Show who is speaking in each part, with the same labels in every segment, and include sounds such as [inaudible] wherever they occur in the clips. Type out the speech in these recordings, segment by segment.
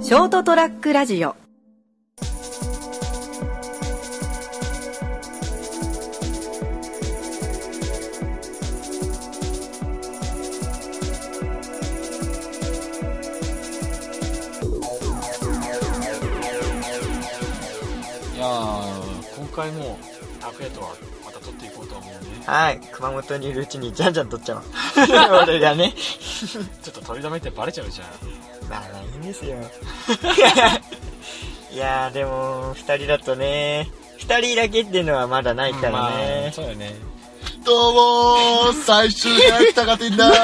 Speaker 1: ショートトラックラジオ
Speaker 2: いやー今回も拓也とはまた撮っていこうと思うね
Speaker 3: はい。熊本にいるうちにじゃんじゃん取っちゃおう。 [laughs] 俺がね。
Speaker 2: ちょっと取りだめってバレちゃうじゃん
Speaker 3: まあまあいいんですよ。 [laughs] いやーでも、二人だとね、二人だけっていうのはまだないから
Speaker 2: まあ
Speaker 3: ね。
Speaker 2: そうだね
Speaker 4: どうもー最終兵器高天だー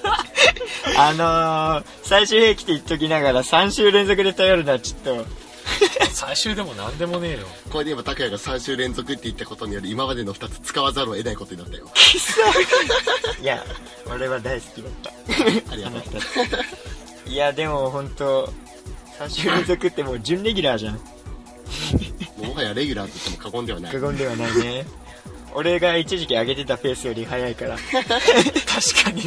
Speaker 4: [laughs]
Speaker 3: あ、のー、最終兵器って言っときながら3週連続で頼るのはちょっと、
Speaker 2: 最終でも何でもねえよ
Speaker 4: これで今、拓也が3週連続って言ったことにより、今までの2つ使わざるを得ないことになったよ。
Speaker 3: いや、俺は大好きだった。
Speaker 4: [laughs] ありがと
Speaker 3: [laughs]
Speaker 4: う。
Speaker 3: いや、でも本当3週連続ってもう準レギュラーじゃん。
Speaker 4: もうもはやレギュラーと言っても過言ではない。
Speaker 3: 過言ではないね。俺が一時期上げてたペースより早いから、
Speaker 2: 確か [laughs] に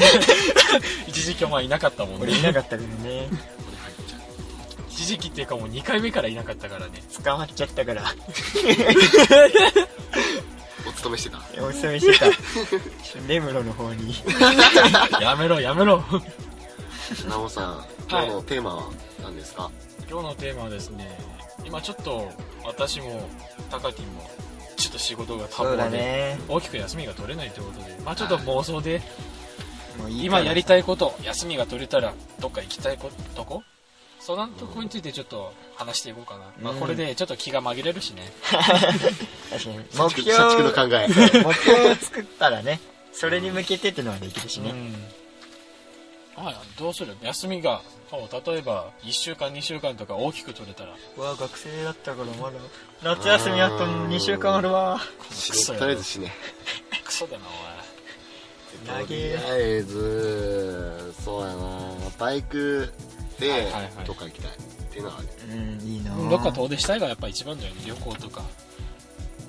Speaker 2: 一時期お前いなかったもんね
Speaker 3: 俺いなかったからね。
Speaker 2: 一時期っていうかもう2回目からいなかったからね
Speaker 3: 捕まっちゃったから。
Speaker 4: [laughs]
Speaker 3: [laughs]
Speaker 4: お勤めしてた。
Speaker 3: おすすめしてた [laughs] 根室の方に
Speaker 2: [laughs] やめろやめろ
Speaker 4: なおさん、今日のテーマは何ですか
Speaker 2: 今日のテーマはですね今ちょっと私もタカティもちょっと仕事が多
Speaker 3: そうだ
Speaker 2: 忙で、
Speaker 3: ね
Speaker 2: 大きく休みが取れないということでまあちょっと妄想で
Speaker 3: もういいか
Speaker 2: 今
Speaker 3: ら
Speaker 2: やりたいこと休みが取れたらどっか行きたいことこそのとこについてちょっと話していこうかな、まあ、
Speaker 3: うん
Speaker 2: これでちょっと気が紛れるしね、
Speaker 3: 確かに目
Speaker 4: 社
Speaker 3: 標
Speaker 4: 畜社畜の考え。
Speaker 3: 目標を作ったらねそれに向けてってのはできるし
Speaker 2: う
Speaker 3: ね、
Speaker 2: んあどうする休みがそう例えば1週間2週間とか大きく取れたら
Speaker 3: うわ学生だったからまだ夏休みあと2週間あるわ
Speaker 4: 死ねとりあえず死ね。
Speaker 2: クソだな
Speaker 3: 投
Speaker 4: と
Speaker 3: げ
Speaker 4: りあえず、そうやなバイク
Speaker 2: はい
Speaker 4: で
Speaker 2: はいはい、
Speaker 4: どっか行きたい。っていうのはある、
Speaker 3: うんいいな
Speaker 2: おいどっか遠出したいがやっぱ一番だよね旅行とか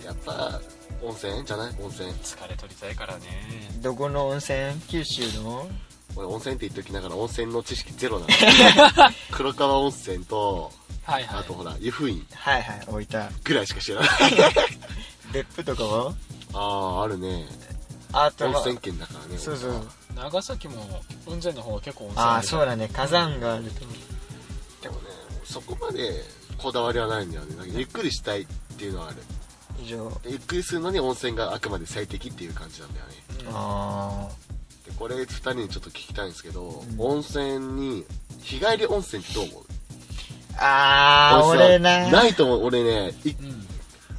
Speaker 4: やっぱ、温泉じゃない温泉。
Speaker 2: 疲れ取りたいからね
Speaker 3: どこの温泉九州の
Speaker 4: 俺温泉って言っておきながら温泉の知識ゼロなの
Speaker 3: [laughs]
Speaker 4: 黒川温泉と
Speaker 2: はいは
Speaker 4: あ
Speaker 2: い
Speaker 4: とほら湯布院
Speaker 3: はいはい置いた
Speaker 4: ぐらいしか知らない
Speaker 3: 別府とかは
Speaker 4: あああるね
Speaker 3: あと
Speaker 4: 温
Speaker 3: は
Speaker 4: 泉県だからね
Speaker 3: そうそう
Speaker 2: 長崎も雲仙の方は結構温泉
Speaker 3: ああ
Speaker 2: る
Speaker 3: そうだね火山があると
Speaker 4: でもねそこまでこだわりはないんだよねなんかゆっくりしたいっていうのはある
Speaker 3: 以上
Speaker 4: でゆっくりするのに温泉があくまで最適っていう感じなんだよね
Speaker 3: あ
Speaker 4: でこれ2人にちょっと聞きたいんですけど、温泉に日帰り温泉ってどう思う
Speaker 3: ーあー
Speaker 4: 俺さ
Speaker 3: 俺な
Speaker 4: ないと思う俺ねい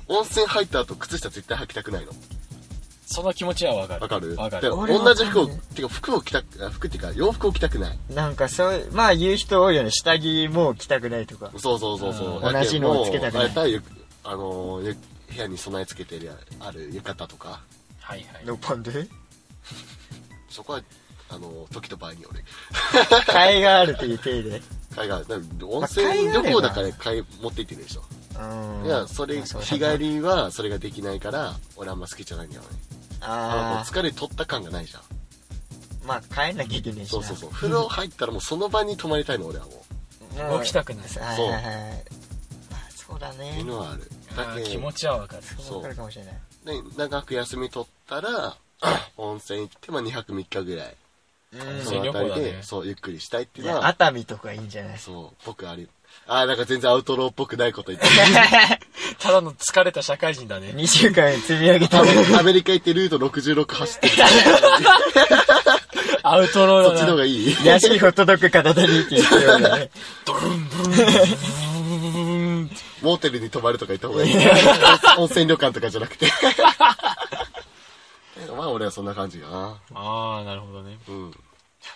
Speaker 2: うん
Speaker 4: 温泉入った後靴下絶対履きたくないの
Speaker 2: その気持ちはわかる
Speaker 4: わかる
Speaker 2: わか
Speaker 4: で
Speaker 2: る
Speaker 3: 俺わか
Speaker 4: 同
Speaker 3: る
Speaker 4: じ服を、てか服を着たく、あ服っていうか洋服を着たくない。
Speaker 3: なんかそういう、まあ言う人多いよね。下着もう着たくないとか。
Speaker 4: そうそうそうそう。
Speaker 3: うん同じのをつけたくない
Speaker 4: だけどもうあれだったらゆあのー、ゆ部屋に備え付けてるある浴衣とか、
Speaker 2: はいはい
Speaker 3: ノーパンで
Speaker 4: そこは、あのー、時と場合による。
Speaker 3: 替えがあるという体で。
Speaker 4: 海外、だから温
Speaker 3: まあ海外
Speaker 4: 泉旅
Speaker 3: は
Speaker 4: 行だから買い持って行ってるでしょ。
Speaker 3: うん。
Speaker 4: いや、それ、
Speaker 3: まあ
Speaker 4: 日
Speaker 3: うだな
Speaker 4: 帰りはそれができないから、俺あんま好きじゃないんだよね。あの
Speaker 3: あ
Speaker 4: 疲れ取った感がないじゃん。
Speaker 3: あ、まあ帰んなきゃいけないし
Speaker 4: そ
Speaker 3: な。
Speaker 4: うそうそう。風呂入ったらもうその場に泊まりたいの、俺はもう。
Speaker 3: もう
Speaker 2: 動きたくない
Speaker 3: はいはいはい。まあそうだ
Speaker 4: ってい
Speaker 3: ね
Speaker 4: う。のはある。
Speaker 2: あ
Speaker 4: だ
Speaker 2: ー
Speaker 4: け
Speaker 2: 気持ちはわかる
Speaker 4: そう
Speaker 3: わかるかもしれない。
Speaker 4: で長く休み取ったら [clears throat] 温泉行って、まあ、2泊3日ぐらい
Speaker 3: うん
Speaker 4: その
Speaker 2: 温泉旅行だね
Speaker 4: 辺りで、そうゆっくりしたいっていうのは
Speaker 3: 熱海とかいいんじゃない [laughs]
Speaker 4: そう僕ありあーなんか全然アウトローっぽくないこと言って
Speaker 2: ただの疲れた社会人だね
Speaker 3: [laughs] ?2 週間積み上げた
Speaker 4: ア
Speaker 3: も
Speaker 4: メ
Speaker 3: の
Speaker 4: リカアメリカ行ってルート66走ってる
Speaker 2: アウトローだ
Speaker 4: そ
Speaker 2: な
Speaker 4: っちの方がいい
Speaker 3: 安いホットドッグ片手にって言ってるよう
Speaker 4: [laughs]
Speaker 3: なね。
Speaker 4: モーテルに泊まるとか行った方がいい温泉旅館とかじゃ
Speaker 2: [laughs]
Speaker 4: なくてまあ俺はそんな感じかな
Speaker 2: ああなるほどね
Speaker 4: うん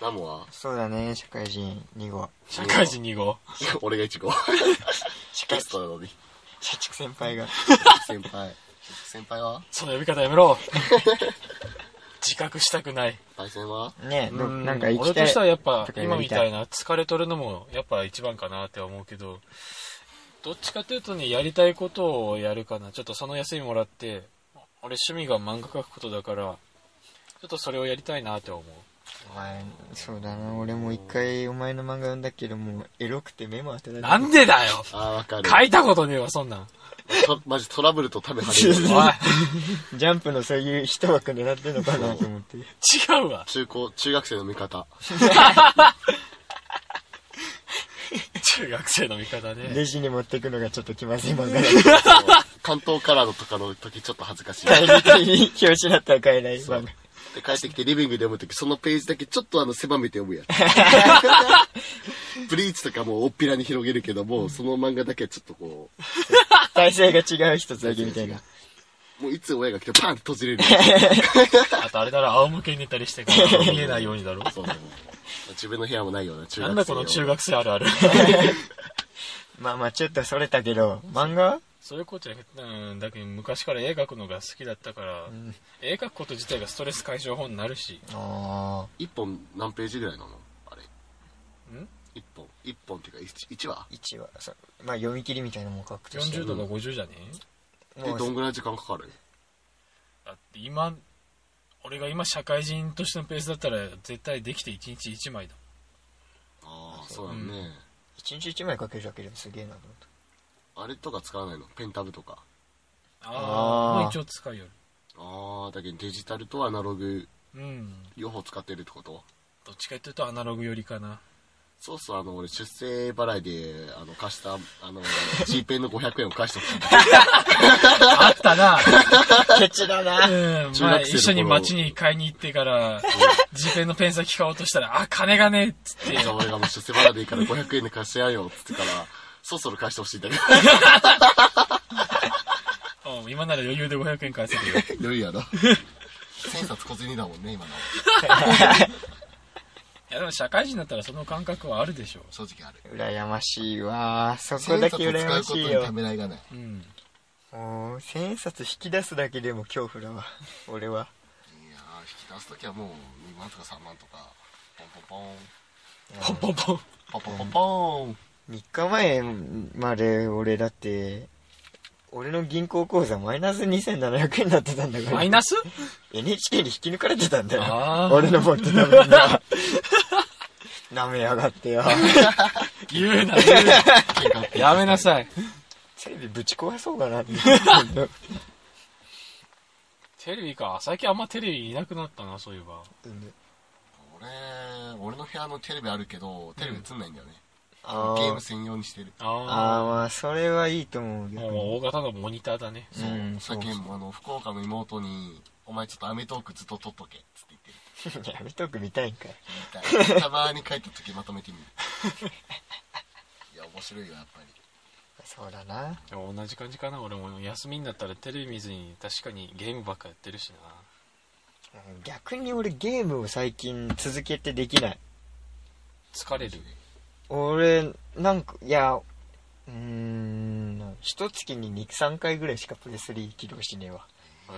Speaker 4: ナモは
Speaker 3: そうだね、社会人2号。
Speaker 2: 社会人2号
Speaker 4: 俺がイチゴゲストな
Speaker 2: [laughs]
Speaker 4: のに
Speaker 3: 社畜先輩
Speaker 4: [laughs]
Speaker 3: が。
Speaker 4: 先輩先輩は
Speaker 2: その呼び方やめろ [laughs] 自覚したくない
Speaker 4: パイセンは
Speaker 3: ね、どなんか行
Speaker 2: 俺
Speaker 3: きた
Speaker 2: と
Speaker 3: い
Speaker 2: して。はやっぱ
Speaker 3: とかやりたい
Speaker 2: 今みたいな疲れ取るのもやっぱ一番かなって思うけどどっちかというとねやりたいことをやるかなちょっとその休みもらって俺趣味が漫画描くことだからちょっとそれをやりたいなって思う
Speaker 3: お前、そうだな、俺も一回お前の漫画読んだけど、もうエロくて目も当てられ
Speaker 2: なんでだよ
Speaker 4: ああ、わかる。
Speaker 2: 書いたことねえわ、そんなん。
Speaker 4: とマジトラブルと食べ始める。
Speaker 2: [laughs] おい、
Speaker 3: ジャンプのそういう一枠狙ってんのかなと思って。
Speaker 2: 違うわ。
Speaker 4: 中高、中学生の味方。
Speaker 2: 中学生の味方ね。
Speaker 3: レジに持ってくのがちょっと気まずい漫画だ。
Speaker 4: 関東カラーのとかの時ちょっと恥ずかしい。
Speaker 3: 帰りたい表紙だったら買えない漫画。
Speaker 4: で、帰ってきてリビングで読むとき、そのページだけちょっとあの、狭めて読
Speaker 2: [laughs]
Speaker 4: むやつ。ブリーチとかもうおっぴらに広げるけども、その漫画だけはちょっとこ
Speaker 3: 体勢が違う一つだけみたいな。
Speaker 4: う、もういつ親が来てパンって閉じれる。
Speaker 2: あとあれだろ、仰向けに寝たりしてから見えないようにだろ。
Speaker 4: [laughs]
Speaker 2: [laughs]
Speaker 4: そうだね自分の部屋もないような中学生
Speaker 2: なんだこの中学生あるある。
Speaker 3: まあまあちょっとそれたけど、漫画
Speaker 2: そういうことじゃなくて、うん、だけど昔から絵描くのが好きだったから、絵描くこと自体がストレス解消法になるし、
Speaker 3: あ
Speaker 4: 一本何ページぐらいなのあれ。
Speaker 2: ん
Speaker 4: 一本。一本っていうか、一一話
Speaker 3: あ、1話、そうまあ読み切りみたいなのも書くとして
Speaker 2: 40とか50じゃねえ
Speaker 4: で、
Speaker 3: もう
Speaker 4: どんぐらい時間かかる
Speaker 2: だって今、俺が今社会人としてのペースだったら絶対できて1日1枚だ。
Speaker 4: ああ、そうだね。
Speaker 3: 一日一枚書けるだけでもすげえなと思った。
Speaker 4: あれとか使わないのペンタブとか。
Speaker 2: ああ、
Speaker 3: あー
Speaker 2: まあ一応使いよる。
Speaker 4: ああ、だけどデジタルとアナログ、
Speaker 2: うん。
Speaker 4: 両方使ってるってこと
Speaker 2: どっちかというとアナログ寄りかな。
Speaker 4: そうそう、あの、俺、出世払いで、あの、貸した、あ [laughs] の、G ペンの500円を返してほしい。
Speaker 2: あったな。
Speaker 3: ケチだな。
Speaker 2: うん。
Speaker 4: 中学生の
Speaker 2: まあ
Speaker 4: 頃
Speaker 2: 一緒に街に買いに行ってから、ジペンのペン先買おうとしたら、あ、金がねえっつって。
Speaker 4: じゃあ俺がもう出世払いでいいから500円で貸してやんよ、つってから、そろそろ返してほしいんだけど。
Speaker 2: うん今なら余裕で500円返せる [laughs] よ。
Speaker 4: [laughs] 余裕やろ。千冊小銭だもんね、今の。
Speaker 2: いやでも社会人だったらその感覚はあるでしょ
Speaker 4: 正直ある。
Speaker 3: 羨ましいわ。そこだけ羨ましいよ。
Speaker 4: めらいがない。
Speaker 2: う。うん。
Speaker 3: もう、千円札引き出すだけでも恐怖だわ。俺は。
Speaker 4: いやー、引き出すときはもう、2万とか3万とか、ポン
Speaker 2: ポンポンポン。
Speaker 4: ポンポン、ポンポンポン。
Speaker 3: 3日前まで俺だって、俺の銀行口座マイナス2700円になってたんだから。
Speaker 2: マイナス
Speaker 3: NHK に引き抜かれてたんだ
Speaker 2: あ
Speaker 3: よ。
Speaker 2: ー
Speaker 3: 俺の持ってた分が。舐めやがってよ。
Speaker 2: [laughs] 言うな、言うな。やめなさい。
Speaker 3: テレビぶち壊そうかなって。
Speaker 2: テレビか。最近あんまテレビいなくなったな、そういえば。
Speaker 4: 俺、俺の部屋のテレビあるけど、テレビ映んないんだよね。
Speaker 3: あ
Speaker 4: ゲーム
Speaker 3: ー
Speaker 4: 専用にしてる。
Speaker 2: あ
Speaker 3: あー、まあ、それはいいと思うけ
Speaker 2: あ。
Speaker 3: ど。
Speaker 2: もう大型のモニターだね。
Speaker 3: う
Speaker 4: うん
Speaker 3: ん、そ
Speaker 4: さっ
Speaker 3: う
Speaker 4: き
Speaker 3: そう
Speaker 4: もあの福岡の妹に「お前ちょっとアメトーークずっと撮っとけ」っつって言って
Speaker 3: [laughs]
Speaker 4: る
Speaker 3: やめとく見たいんかい。[laughs]
Speaker 4: みたいたまに帰った時まとめてみる [laughs] いや面白いよやっぱり
Speaker 3: そうだな。
Speaker 2: でも同じ感じかな。俺も休みになったらテレビ見ずに確かにゲームばっかやってるしな。
Speaker 3: 逆に俺ゲームを最近続けてできない。
Speaker 2: 疲れる。
Speaker 3: 俺、なんか、いや、うーん、一月に2、3回ぐらいしかプレスリー起動しねえわ。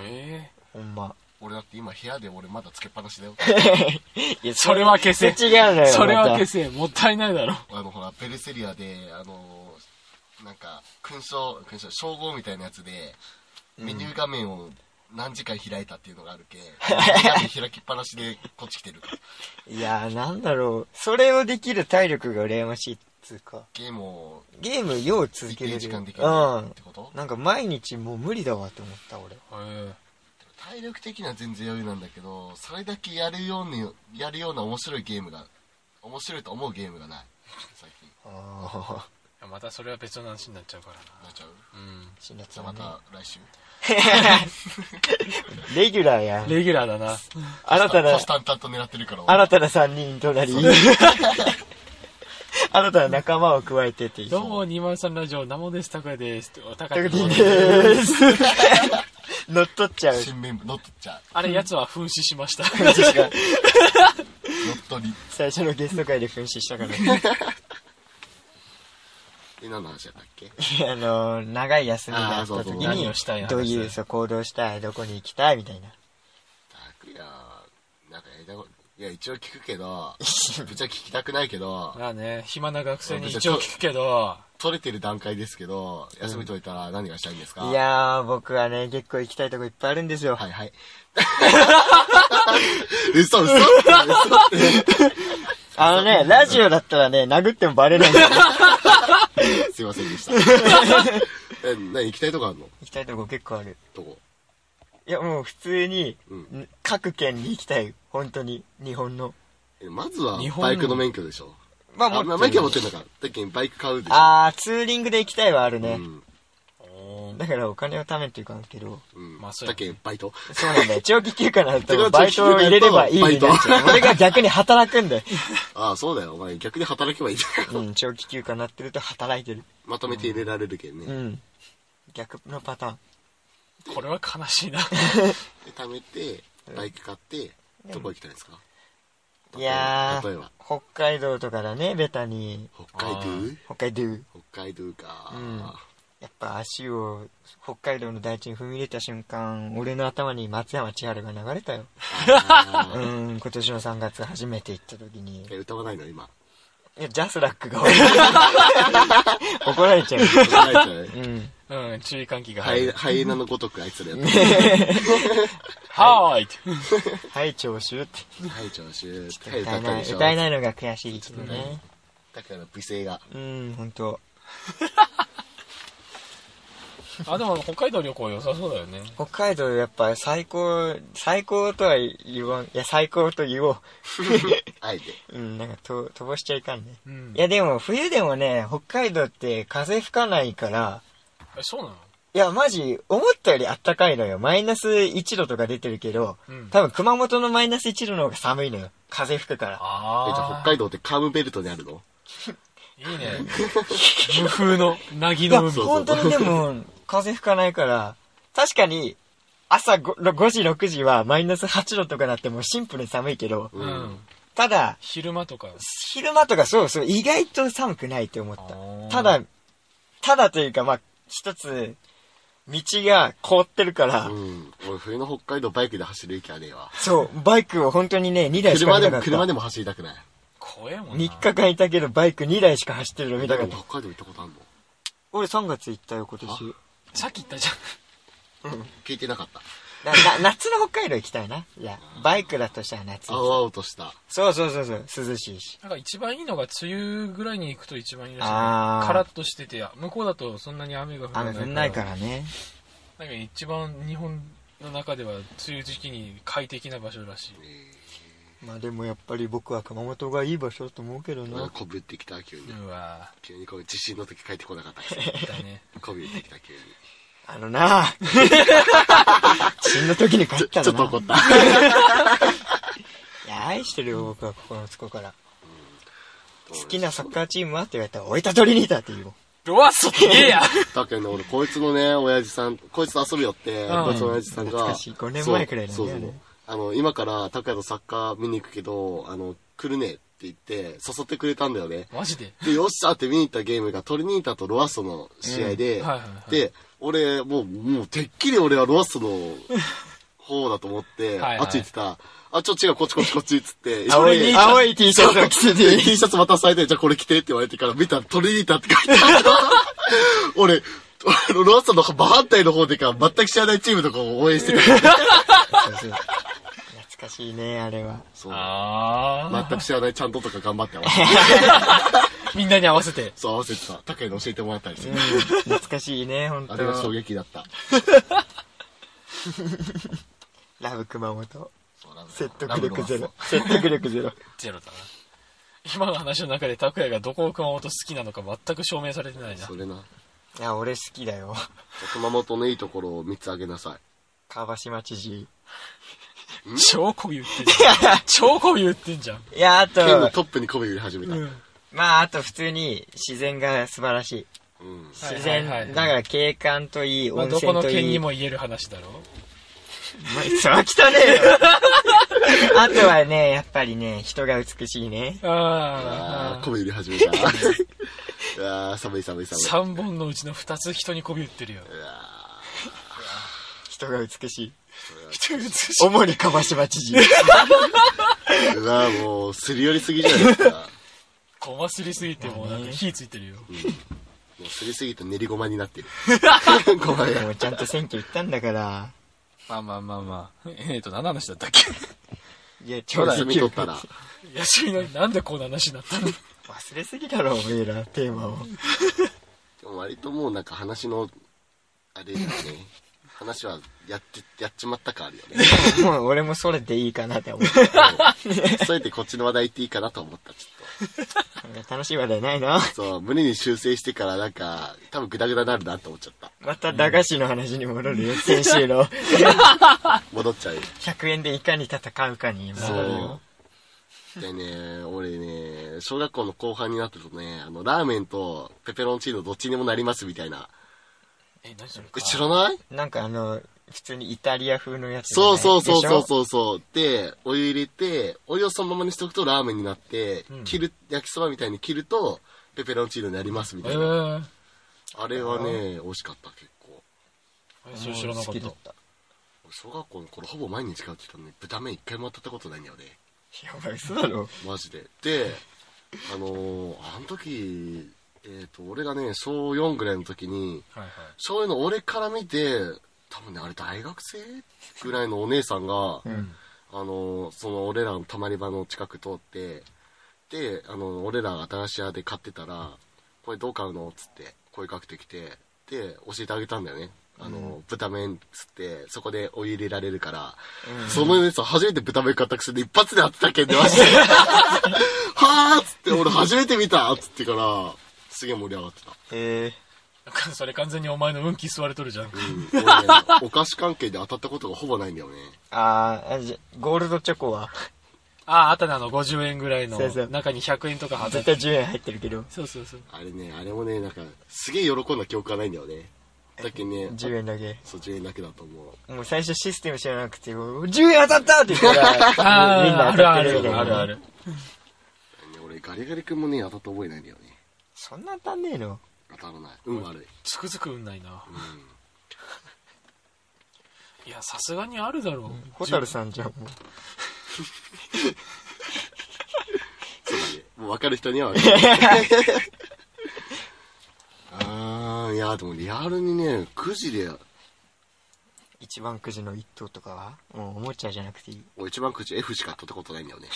Speaker 2: え
Speaker 3: ほんま。 [laughs]
Speaker 4: 俺だって今部屋で俺まだつけっぱなしだよ [laughs]
Speaker 3: いや、
Speaker 2: それは消せ
Speaker 3: 違うの
Speaker 2: え
Speaker 3: よ。
Speaker 2: それ
Speaker 3: ま
Speaker 2: は
Speaker 3: た
Speaker 2: 消せ。もったいないだろ。
Speaker 4: あのほらペルセリアであのなんか勲章勲章称号みたいなやつでメニュー画面を何時間開いたっていうのがある
Speaker 3: [laughs]
Speaker 4: け、メニュー画面開きっぱなしでこっち来てるから
Speaker 3: いやー、なんだろう。それをできる体力が羨ましいっつうか。
Speaker 4: ゲームを
Speaker 3: ゲームよう続
Speaker 4: 一
Speaker 3: けれ
Speaker 4: 定
Speaker 3: る。
Speaker 4: 時間できる
Speaker 3: うん
Speaker 4: って。こと
Speaker 3: なんか毎日もう無理だわって思った、俺。
Speaker 2: え
Speaker 4: 体力的には全然余裕なんだけどそれだけやるようにやるような面白いゲームが面白いと思うゲームがない最近
Speaker 3: あ
Speaker 2: え。またそれは別の話になっちゃうからな。
Speaker 4: なっちゃう
Speaker 2: うん。
Speaker 3: ー、死んだつ
Speaker 4: じゃあ
Speaker 3: ま
Speaker 4: ま
Speaker 3: んね
Speaker 4: た来週
Speaker 3: [laughs] レギュラーやん。
Speaker 2: レギュラーだ [laughs] な。
Speaker 3: 新たな
Speaker 4: パス、タンタンと狙ってるから
Speaker 3: 新たな3人となり、新たな仲間を加えてっていう。
Speaker 2: どうも、203ラジオ、ナモです、タクヤです。タ
Speaker 3: タクティンでーす。乗っ取っちゃう。
Speaker 4: 新メンバー乗っとっちゃ
Speaker 2: あれ、奴は紛死しました。
Speaker 3: [laughs]
Speaker 4: う乗っ取り
Speaker 3: 最初のゲスト会で噴死したから。
Speaker 4: え何の話やったっけ
Speaker 3: あの、長い休みがあった
Speaker 4: あーそ
Speaker 3: 時
Speaker 4: うそう
Speaker 2: 何をしたい
Speaker 3: に、
Speaker 2: 話
Speaker 3: どういうそう行動したい、どこに行きたいみたいな。
Speaker 4: 拓也なんかやりたいこといや、一応聞く
Speaker 3: [laughs]
Speaker 4: けど、ぶっちゃけ聞きたくないけど、
Speaker 2: まあね、暇な学生に一応聞くけど、
Speaker 4: 取れてる段階ですけど、休みといたら何がしたいんですか
Speaker 3: いやー、僕はね、結構行きたいとこいっぱいあるんですよ。
Speaker 4: はい [laughs] はい。嘘
Speaker 3: [laughs]
Speaker 4: 嘘嘘
Speaker 3: あのね、ラジオだったらね、殴ってもバレないんだよね。
Speaker 4: すいませんでした。え、何行きたいとこあんの
Speaker 3: 行きたいとこ結構ある。
Speaker 4: どこ
Speaker 3: いや、もう普通に、
Speaker 4: うん
Speaker 3: ん各県に行きたい。本当に。日本の。
Speaker 4: えまずは
Speaker 2: 日、本の
Speaker 4: バイクの免許でしょ。
Speaker 3: ま
Speaker 4: あ、まあ、免許持ってん
Speaker 3: る
Speaker 4: のか。だっけバイク買うでしょ。
Speaker 3: あー、ツーリングで行きたいはある
Speaker 4: う
Speaker 3: ね。
Speaker 4: ん。
Speaker 3: だからお金を貯めていかんけど。
Speaker 4: うん。
Speaker 2: まあそう
Speaker 4: だ
Speaker 2: や
Speaker 4: っけバイト。
Speaker 3: そうなんだよ。長期休暇なん
Speaker 4: だから [laughs]
Speaker 3: とバイトを入れればいいになっちゃう。俺が逆に働くんだよ。
Speaker 4: ああ、そうだよ。お前逆に働けばいいん [laughs] だよ。
Speaker 3: うん、長期休暇になってると働いてる。
Speaker 4: まとめて入れられるけんね。
Speaker 3: うん。逆のパターン。
Speaker 2: これは悲しいな。
Speaker 4: で、貯めて、バイク買って、どこ行きたいんですか
Speaker 3: いや
Speaker 4: 例え
Speaker 3: ー
Speaker 4: ば、
Speaker 3: 北海道とかだね、ベタに。
Speaker 4: 北海道
Speaker 3: 北海道。
Speaker 4: 北海道か。
Speaker 3: うんやっぱ足を北海道の大地に踏み入れた瞬間、俺の頭に松山千春が流れたよ。
Speaker 4: あ
Speaker 3: [laughs] うーん、今年の3月初めて行った時に。
Speaker 4: ーえ、歌わないの今。
Speaker 3: いや、ジャスラックが多い。怒られちゃう。
Speaker 4: 歌わないの
Speaker 3: [laughs] う
Speaker 4: ね
Speaker 3: ん。
Speaker 2: うん、注意喚起が
Speaker 4: ハ
Speaker 2: 入
Speaker 4: イ
Speaker 2: る。
Speaker 4: ハイエナのごとくあいつらやってる。
Speaker 2: はーいって。
Speaker 3: はい、聴取って。
Speaker 4: はい、聴取。はい、
Speaker 3: 歌
Speaker 4: 歌
Speaker 3: え
Speaker 4: った
Speaker 3: な
Speaker 4: で
Speaker 3: い、
Speaker 4: しょ。
Speaker 3: 歌えないのが悔しいけどね。
Speaker 4: だから、美声が。
Speaker 3: うん、ほんと。
Speaker 2: あ、でも北海道旅行良さそうだよね。
Speaker 3: 北海道やっぱ最高、最高とは言わん。いや、最高と言おう。
Speaker 4: あえて。
Speaker 3: うん、なんかと、飛ばしちゃいかんね。
Speaker 2: うん
Speaker 3: い。や、でも冬でもね、北海道って風吹かないから、
Speaker 2: えそうなの
Speaker 3: いや、マジ、思ったよりあったかいのよ。マイナス1度とか出てるけど、
Speaker 2: うん
Speaker 3: 多分熊本のマイナス1度の方が寒いのよ。風吹くから。
Speaker 4: え、じゃあ
Speaker 2: あ
Speaker 4: 北海道ってカムベルトにあるの
Speaker 2: ー。いいね。無風の、なぎ
Speaker 3: いや、
Speaker 2: の海。
Speaker 4: そう
Speaker 3: 本当にでも、風吹かないから、確かに、朝 5, 5時、6時はマイナス8度とかなってもうシンプルに寒いけど、
Speaker 2: う。
Speaker 4: うん
Speaker 3: ただ、
Speaker 2: 昼間とか。
Speaker 3: 昼間とかそうそう、意外と寒くないって思っ
Speaker 2: あー
Speaker 3: た。ただ、ただというか、まあ、一つ、道が凍ってるから、
Speaker 4: うん。俺、冬の北海道バイクで走る気はねえわ。
Speaker 3: そう、バイクを本当にね、2台しか
Speaker 4: 車
Speaker 3: 見
Speaker 4: で
Speaker 3: なか
Speaker 4: も、
Speaker 3: った。
Speaker 4: 車でも走りたくない。
Speaker 2: 怖えもんな。
Speaker 3: 3日間いたけど、バイク2台しか走ってるの見
Speaker 4: だ
Speaker 3: た
Speaker 4: か
Speaker 3: からった。
Speaker 4: 北海道行ったことあんの
Speaker 3: 俺3月行ったよ、今年。
Speaker 2: さっき言ったじゃん。
Speaker 4: 聞いてなかった。
Speaker 3: なな夏の北海道行きたいな。いや、バイクだとしたら夏。
Speaker 4: 青々とした。
Speaker 3: そうそうそうそう、涼しいし。
Speaker 2: なんか一番いいのが梅雨ぐらいに行くと一番いいらしいね。
Speaker 3: あー
Speaker 2: カラッとしてて、向こうだとそんなに雨が降らな
Speaker 3: 雨
Speaker 2: い
Speaker 3: 降んないからね。
Speaker 2: なんか一番日本の中では梅雨時期に快適な場所らしい。
Speaker 3: まあでもやっぱり僕は熊本がいい場所だと思うけど
Speaker 4: なん
Speaker 3: な。
Speaker 4: かこぶってきた、急に。
Speaker 2: うわ
Speaker 4: 急にこう、地震の時帰ってこなかっ
Speaker 3: [laughs]
Speaker 4: たです。
Speaker 2: ぁ、だね。
Speaker 4: こびってきた、急に。
Speaker 3: あのな [laughs] 死んだ時に帰っ
Speaker 4: ち
Speaker 3: た
Speaker 4: ょちょ
Speaker 3: らな
Speaker 4: っと怒。
Speaker 3: [laughs]
Speaker 4: った。
Speaker 3: いや、愛してるよ、僕は心の底から。好きなサッカーチームはって言われたら、おいた取りにいたって言おう。
Speaker 2: ロワッソって言えや
Speaker 4: だけどね、俺、こいつのね、親父さん、こいつと遊びよって、
Speaker 2: うん
Speaker 4: こいつの親父さんが、
Speaker 3: 懐かしい五年前くらいだね
Speaker 4: そうそう
Speaker 3: あ
Speaker 4: そう
Speaker 3: れ。
Speaker 4: あの、今から、拓也とサッカー見に行くけど、あの、来るねって言って、誘ってくれたんだよね。
Speaker 2: マジで
Speaker 4: で、よっしゃーって見に行ったゲームが、トリニータとロアッソの試合で、
Speaker 2: うんはいはいはい
Speaker 4: で、俺、もう、もう、てっきり俺はロアッソの方だと思っ
Speaker 2: [laughs] は
Speaker 4: て、
Speaker 2: いはい
Speaker 4: あっち行ってた。あ、ちょ、違う、こっちこっちこっちっつって、
Speaker 3: 青
Speaker 4: 急
Speaker 3: い、
Speaker 4: に
Speaker 3: 青い T シャツを着せて
Speaker 4: で、T シャツ渡されて、じゃあこれ着てって言われてから、見たらトリニータって書いてあった。 [laughs] 俺、あのロアッソの真反対の方でか、全く知らないチームとかを応援して
Speaker 2: [laughs]
Speaker 4: た。
Speaker 3: そうそう懐かしいね、あれは。
Speaker 4: そう。
Speaker 2: あー、
Speaker 4: 全く知らないちゃんととか頑張って合わせて、
Speaker 2: みんなに合わせて。
Speaker 4: そう合わせてた。高いに教えてもらったりして。
Speaker 3: 懐かしいね、本
Speaker 4: あれは衝
Speaker 3: 当
Speaker 4: 撃だった。
Speaker 3: ラブ熊本。
Speaker 4: そうなんだよ
Speaker 3: 説得力ゼロ。。説得力 [laughs] ゼロ。
Speaker 2: ゼロだな。今の話の中で拓也がどこを熊本好きなのか全く証明されてないな
Speaker 4: そ。れな。
Speaker 3: いや、俺好きだよ。
Speaker 4: 熊本のいいところを3つあげなさい。
Speaker 3: 川島知 [laughs] 事。
Speaker 2: 超こび売ってんじゃん。超こび売ってんじゃん。
Speaker 3: いや、あ
Speaker 4: 県の
Speaker 3: と、
Speaker 4: トップに媚び売り始めた。うん。
Speaker 3: まあ、あと普通に自然が素晴らしい。
Speaker 2: はい
Speaker 3: 自然、
Speaker 2: はいはい
Speaker 3: だから景観といい、
Speaker 2: まあ、
Speaker 3: 温
Speaker 2: どこ
Speaker 3: 泉
Speaker 2: の
Speaker 3: と
Speaker 2: 県
Speaker 3: い
Speaker 2: に
Speaker 3: い。ま
Speaker 2: も言える話だろ
Speaker 3: あ、いつは汚ねえよ。 [laughs] あとはね、やっぱりね、人が美しいね。
Speaker 4: ああ、
Speaker 2: あー。
Speaker 4: 媚び売り始めた。うわー寒い寒い寒い。
Speaker 2: 3本のうちの2つ人にこび売ってるよ。
Speaker 4: うわ
Speaker 3: 人が美しい。
Speaker 2: 人が美しい
Speaker 3: 主に川島知事。
Speaker 4: うわもうすり寄りすぎじゃないですか、 [laughs]
Speaker 2: ごますりすぎてもうなんか火ついてるよ。
Speaker 4: うん、もうすりすぎて練りごまになってるごま
Speaker 3: で
Speaker 4: や
Speaker 3: もちゃんと選挙行ったんだから。
Speaker 2: まあまあまあまあ。えっと、何の話だったっけ [laughs]
Speaker 3: いや、ち
Speaker 4: ちょ
Speaker 3: ょう
Speaker 4: うど
Speaker 3: ど
Speaker 4: 休み取ったら
Speaker 2: 休みの日なんでこんな話になったの
Speaker 3: 忘れすぎだろ、おめえら、テーマを。 [laughs]
Speaker 4: でも割ともうなんか話のあれだよね話はやってやっちまったかあるよ
Speaker 3: [laughs]
Speaker 4: ね
Speaker 3: もう俺もそれでいいかなって思う。
Speaker 4: うんそれでこっちの話題言っていいかなと思ったちょっ
Speaker 3: なんか楽しい話題ないな。
Speaker 4: とそう胸に修正してからなんか多分グダグダになるなと思っちゃった
Speaker 3: また駄菓子の話に戻るよ、先
Speaker 2: [laughs]
Speaker 3: 週の。
Speaker 4: 戻っちゃうよ
Speaker 3: 100円でいかに戦うかに戻るよ。
Speaker 4: そう。 [laughs] でね、俺ね、小学校の後半になってるとね、あの、ラーメンとペペロンチーノどっちにもなりますみたいな。
Speaker 2: え、何それ
Speaker 4: え知らない
Speaker 3: なんかあの、普通にイタリア風のやつじゃな
Speaker 4: そ
Speaker 3: いう
Speaker 4: そうそう
Speaker 3: でし
Speaker 4: そ
Speaker 3: ょ
Speaker 4: うそうそう。で、お湯入れて、お湯をそのままにしておくとラーメンになって、
Speaker 2: うん
Speaker 4: 切る、焼きそばみたいに切ると、ペペロンチーノになりますみ
Speaker 2: え
Speaker 4: [laughs] たいな。
Speaker 2: ー、
Speaker 4: あれはね、美味しかった結構。
Speaker 2: えそれ知らなか
Speaker 3: 好
Speaker 2: っ
Speaker 3: き
Speaker 2: た
Speaker 3: だ。った。
Speaker 4: 俺小学校の頃ほぼ毎日買うって言ったのに、豚麺一回も当たったことないんだよね。
Speaker 3: いや、お前嘘だろ。
Speaker 4: マジで。で、あのーあの時、えっ、と、俺がね、小4ぐらいの時に、
Speaker 2: はいはい。
Speaker 4: そういうの俺から見て、多分ね、あれ大学生ぐらいのお姉さんが、
Speaker 3: うん。
Speaker 4: あの、その俺らのたまり場の近く通って、で、あの、俺らが新しい屋で買ってたら、これどう買うのっつって声かけてきて、で、教えてあげたんだよね。あの、豚麺っつって、そこでお湯入れられるから、そのお姉さん初めて豚麺買ったくせで一発で当てたけん出ま [laughs] して、はーっつって、俺初めて見たっつってから、すげえ盛り上がってた。
Speaker 3: え
Speaker 2: なんかそれ完全にお前の運気吸われとるじゃん。
Speaker 4: うん俺ね [laughs] お菓子関係で当たったことがほぼないんだよね。
Speaker 3: ー、あーあ、じゃゴールドチョコは、
Speaker 2: あ、あったね、あの、50円ぐらいの
Speaker 3: そうそう
Speaker 2: 中に100円とか貼って
Speaker 3: 絶対10円入ってるけど、
Speaker 2: そうそうそう。
Speaker 4: あれね、あれもね、なんか、すげえ喜んだ記憶がないんだよね。だっけね、
Speaker 3: 10円だけ。
Speaker 4: そう、10円だけだと思う。
Speaker 3: もう最初システム知らなくて、10円当たったって言った
Speaker 2: あ
Speaker 3: ら、
Speaker 2: あ、
Speaker 3: みんな
Speaker 2: あ
Speaker 3: 当
Speaker 2: る
Speaker 3: た
Speaker 2: あ
Speaker 3: ってるみたい
Speaker 2: る、
Speaker 3: な。
Speaker 2: あるある。
Speaker 4: ね俺、ガリガリ君もね、当たった覚えないんだよね。
Speaker 3: そんな当たんねえの
Speaker 4: 当たらない。運悪い。
Speaker 2: つくづく運ないな。
Speaker 4: うん。
Speaker 2: いや、さすがにあるだろう。
Speaker 3: ホタルさんじゃん、
Speaker 2: [laughs]
Speaker 3: もう。
Speaker 4: そうだね。もう分かる人には分 [laughs] かる。あー、いや、でもリアルにね、くじで、
Speaker 3: 一番くじの一等とかはもうおもちゃじゃなくていい。
Speaker 4: 俺一番くじ F しか当たったことないんだよね。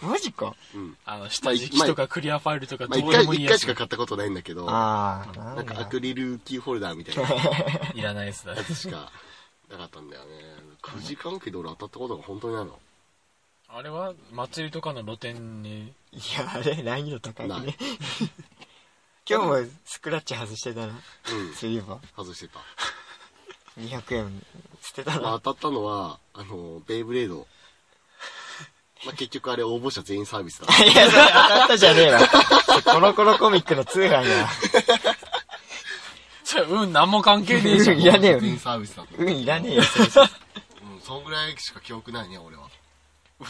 Speaker 3: マジか
Speaker 4: うん。
Speaker 2: あの、下敷きとかクリアファイルとか
Speaker 4: ま
Speaker 2: どう
Speaker 4: あ、一
Speaker 2: で
Speaker 4: 回、
Speaker 2: もいい
Speaker 4: 一
Speaker 2: や
Speaker 4: 回
Speaker 2: つ
Speaker 4: しか。買ったことないんだけど、な
Speaker 3: ああ、なん
Speaker 4: んか
Speaker 3: だ
Speaker 4: ア。クリルキーホルダーみたい
Speaker 2: [laughs]
Speaker 4: な。
Speaker 2: いらないやつだね。
Speaker 4: しかなかったんだよね9時関係で俺当たったことが本当にないの
Speaker 2: あれは、祭りとかの露店に、
Speaker 3: いや、あれ、難易度高い
Speaker 4: ない
Speaker 3: ね。 [laughs] 今日もスクラッチ外してたな。
Speaker 4: うん
Speaker 3: そういえば、
Speaker 4: 外してた、
Speaker 3: 200円捨てた
Speaker 4: ま
Speaker 3: な
Speaker 4: あ、。当たったのはあのベイブレード、まあ、結局あれ応募者全員サービスだ
Speaker 3: [laughs] いや、それ当たったじゃねえわ。それコロコロコミックの通
Speaker 4: [laughs]
Speaker 3: 販や。
Speaker 2: それ、運なんも関係ねえじゃ
Speaker 3: 運
Speaker 2: ん。
Speaker 3: [laughs] いらねえよ。
Speaker 4: サービスだと思う
Speaker 3: 運いらねえよ、それ
Speaker 4: うんそんぐらいしか記憶ないね俺は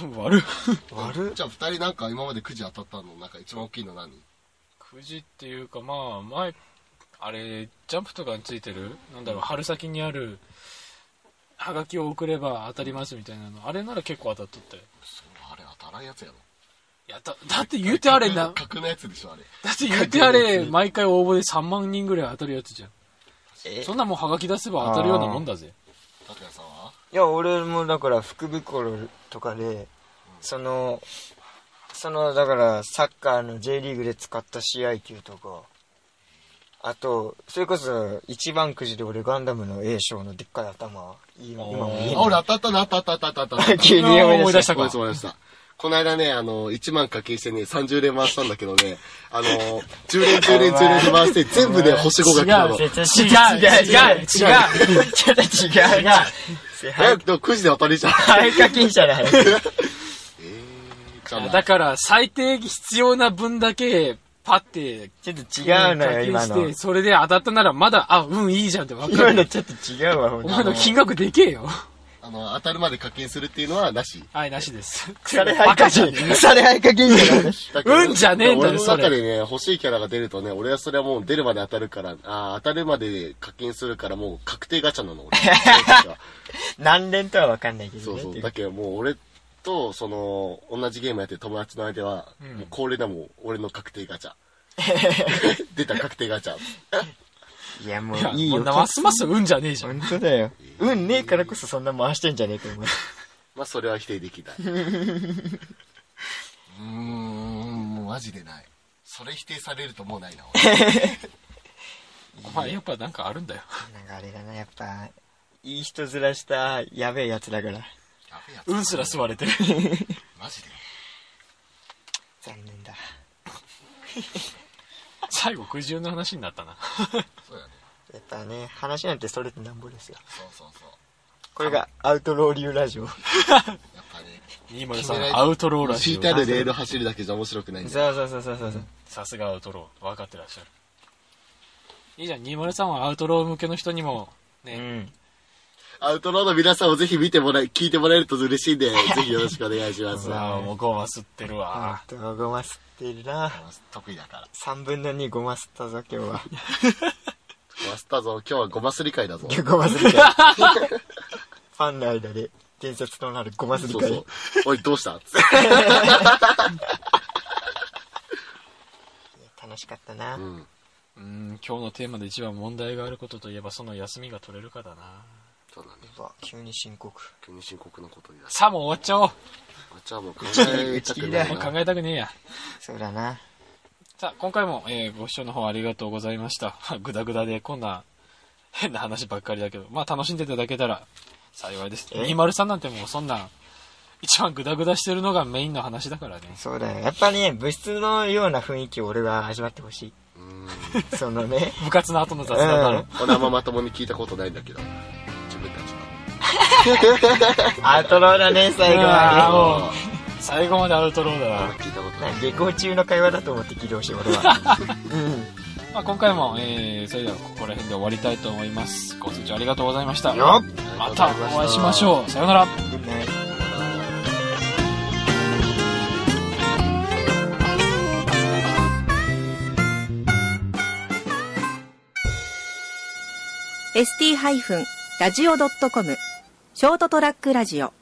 Speaker 2: 運悪っ。
Speaker 3: 悪っ
Speaker 4: じゃあ2人なんか今までくじ当たったのなんか一番大きいの何
Speaker 2: くじっていうか、まあ、前、あれ、ジャンプとかについてる、なんだろう、春先にある、はがきを送れば当たりますみたいなの。あれなら結構当たっとったよ。
Speaker 4: そうあれ当たらんやつやろ
Speaker 2: いや、だ、だって言うてあれな、
Speaker 4: 格のやつでしょあれ
Speaker 2: だって言うてあれ、毎回応募で3万人ぐらい当たるやつじゃん。
Speaker 3: え
Speaker 2: そんなもんはがき出せば当たるようなもんだぜ。
Speaker 4: 拓也さんはい
Speaker 3: や、俺もだから福袋とかで、その、その、だからサッカーの J リーグで使った試合球とか、あと、それこそ一番くじで俺ガンダムの A 賞のでっかい頭、いい今も見え
Speaker 4: あ俺
Speaker 3: な
Speaker 4: 当たったな当たった当たった当
Speaker 2: [laughs]
Speaker 4: たった
Speaker 3: 急に思い出し
Speaker 2: した
Speaker 4: ごめんなさいごめんなさいこの間ね、あの、1万課金してね、30連回したんだけどね、あの、10連、10連、10連で回して、全部で星5が来たの。
Speaker 3: た。
Speaker 2: [laughs] 違う違う違う
Speaker 3: 違うちょっと違うな。
Speaker 4: 早
Speaker 3: 早
Speaker 4: く
Speaker 3: く、
Speaker 4: でも9時で当たりじゃん。
Speaker 3: 早課金者だ、早く。
Speaker 4: じゃ
Speaker 2: [laughs]
Speaker 4: あ
Speaker 2: だから、最低必要な分だけ、パって、
Speaker 3: ちょっと違うのよ、今
Speaker 2: 課金
Speaker 3: の
Speaker 2: して、。それで当たったなら、まだ、あ、運いいじゃんってわか
Speaker 3: 今
Speaker 2: る
Speaker 3: の。ちょっと違うわ、ほん
Speaker 2: お
Speaker 3: と
Speaker 2: 前の金額でけえよ。
Speaker 4: あの、当たるまで課金するっていうのはなし。
Speaker 2: はい、なしです。
Speaker 3: 腐れ
Speaker 2: バ
Speaker 3: 早
Speaker 2: カ
Speaker 3: 課
Speaker 2: じゃ
Speaker 3: 金
Speaker 2: ん。。
Speaker 3: 腐れ早課金者だ。
Speaker 4: だけど
Speaker 2: うんじゃねえんだよ
Speaker 4: 俺の
Speaker 2: それ
Speaker 4: 中でね、欲しいキャラが出るとね、俺はそれはもう出るまで当たるから、あー当たるまで課金するからもう [laughs] 確定ガチャなの、俺。
Speaker 3: 何連とは分かんないけど
Speaker 4: そう
Speaker 3: ね。
Speaker 4: そう。
Speaker 3: て
Speaker 4: だけどもう俺、と、その、同じゲームやってる友達の間は、
Speaker 2: うん
Speaker 4: もう恒例だもん、俺の確定ガ [laughs] チャ。出た確定ガチャ。
Speaker 3: いや、もう
Speaker 2: いや、
Speaker 3: いい
Speaker 2: もう
Speaker 3: よ。
Speaker 2: ますます運じゃねえじゃん。
Speaker 3: 本当だよ。運ねえからこそそんな回してんじゃねえと思う。
Speaker 4: まあ、それは否定できない。うーん、もうマジでない。それ否定されるともうないな、俺
Speaker 2: まあ、やっぱなんかあるんだよ。
Speaker 3: なんかあれだな、やっぱ、いい人ずらした、やべえやつだから。
Speaker 4: やべえやつ
Speaker 2: うんすら吸われてる。
Speaker 4: マジで。
Speaker 3: 残念だ。
Speaker 2: 最後、苦渋の話になったな。
Speaker 4: そうやね。
Speaker 3: やっぱね、話なんてそれてなんぼですよ。
Speaker 4: そうそうそう。
Speaker 3: これがアウトロー流ラジオ。
Speaker 4: やっぱね、決めら
Speaker 2: 203、
Speaker 4: れた
Speaker 2: アウトローラ
Speaker 4: 敷
Speaker 2: ジ
Speaker 4: いてあ
Speaker 2: オ。
Speaker 4: るレール走るだけじゃ面白くないんだよ。
Speaker 3: そうそうそうそうそう。
Speaker 2: さすがアウトロー。分かってらっしゃる。いいじゃん、203はアウトロー向けの人にも、
Speaker 3: う
Speaker 2: ね、
Speaker 3: ん。
Speaker 4: アウトローの皆さんをぜひ見てもらい、聞いてもらえると嬉し [laughs] いんで、ぜひよろしくお願いします。
Speaker 2: さあ、もうゴマ吸ってる
Speaker 3: あ
Speaker 2: わ。
Speaker 3: とごま吸ってるな。
Speaker 4: 得意だから。
Speaker 3: 3分の2ごま吸ったぞ、今 [laughs] 日は。
Speaker 4: ごまスタぞ、今日はごますり会だぞ。
Speaker 3: ごますり会。 [laughs] ファンの間で伝説となるごますり
Speaker 4: そう
Speaker 3: 会。
Speaker 4: そう。おい、どうしたつって
Speaker 3: いや楽しかったな。
Speaker 4: うん。
Speaker 2: うん、今日のテーマで一番問題があることといえば、その休みが取れるかだな。
Speaker 4: そうだね。
Speaker 3: うわ急に深刻。
Speaker 4: 急に深刻なことにな
Speaker 2: さあ、もう終わっちゃおう。
Speaker 4: あっちはもう考
Speaker 3: 打
Speaker 4: え
Speaker 3: ち
Speaker 4: た
Speaker 3: 切り
Speaker 4: く
Speaker 3: だ
Speaker 4: ない
Speaker 2: もう考
Speaker 4: な。
Speaker 2: えたくねえや。
Speaker 3: そうだな。
Speaker 2: さあ、今回も、えーご視聴の方ありがとうございました。 [laughs] グダグダで、こんな変な話ばっかりだけど、まあ楽しんでいただけたら幸いです。
Speaker 3: え
Speaker 2: 203なんてもうそんな、一番グダグダしてるのがメインの話だからね。
Speaker 3: そうだよ。やっぱね、部室のような雰囲気を俺は味わってほし
Speaker 4: うーん。
Speaker 3: い。そのね。
Speaker 2: 部活の後の雑談だろ。
Speaker 3: うん
Speaker 4: 俺はあんままともに聞いたことないんだけど、自分たちの。 [laughs]
Speaker 3: アウトローだね、最後
Speaker 2: あ
Speaker 3: ま
Speaker 2: もう、最後までアウトローだ
Speaker 4: あんま
Speaker 2: な。
Speaker 4: 聞いたこと
Speaker 3: で。
Speaker 4: ない
Speaker 3: な。下校中の会話だと思って聞いてほしい、俺は。
Speaker 2: まあ今回も、えーそれではここら辺で終わりたいと思います。ご清聴ありがとうございました。
Speaker 3: よっ
Speaker 2: またお会いしましょう。さようなら。
Speaker 3: Good night.
Speaker 1: ST-radio.com ショートトラックラジオ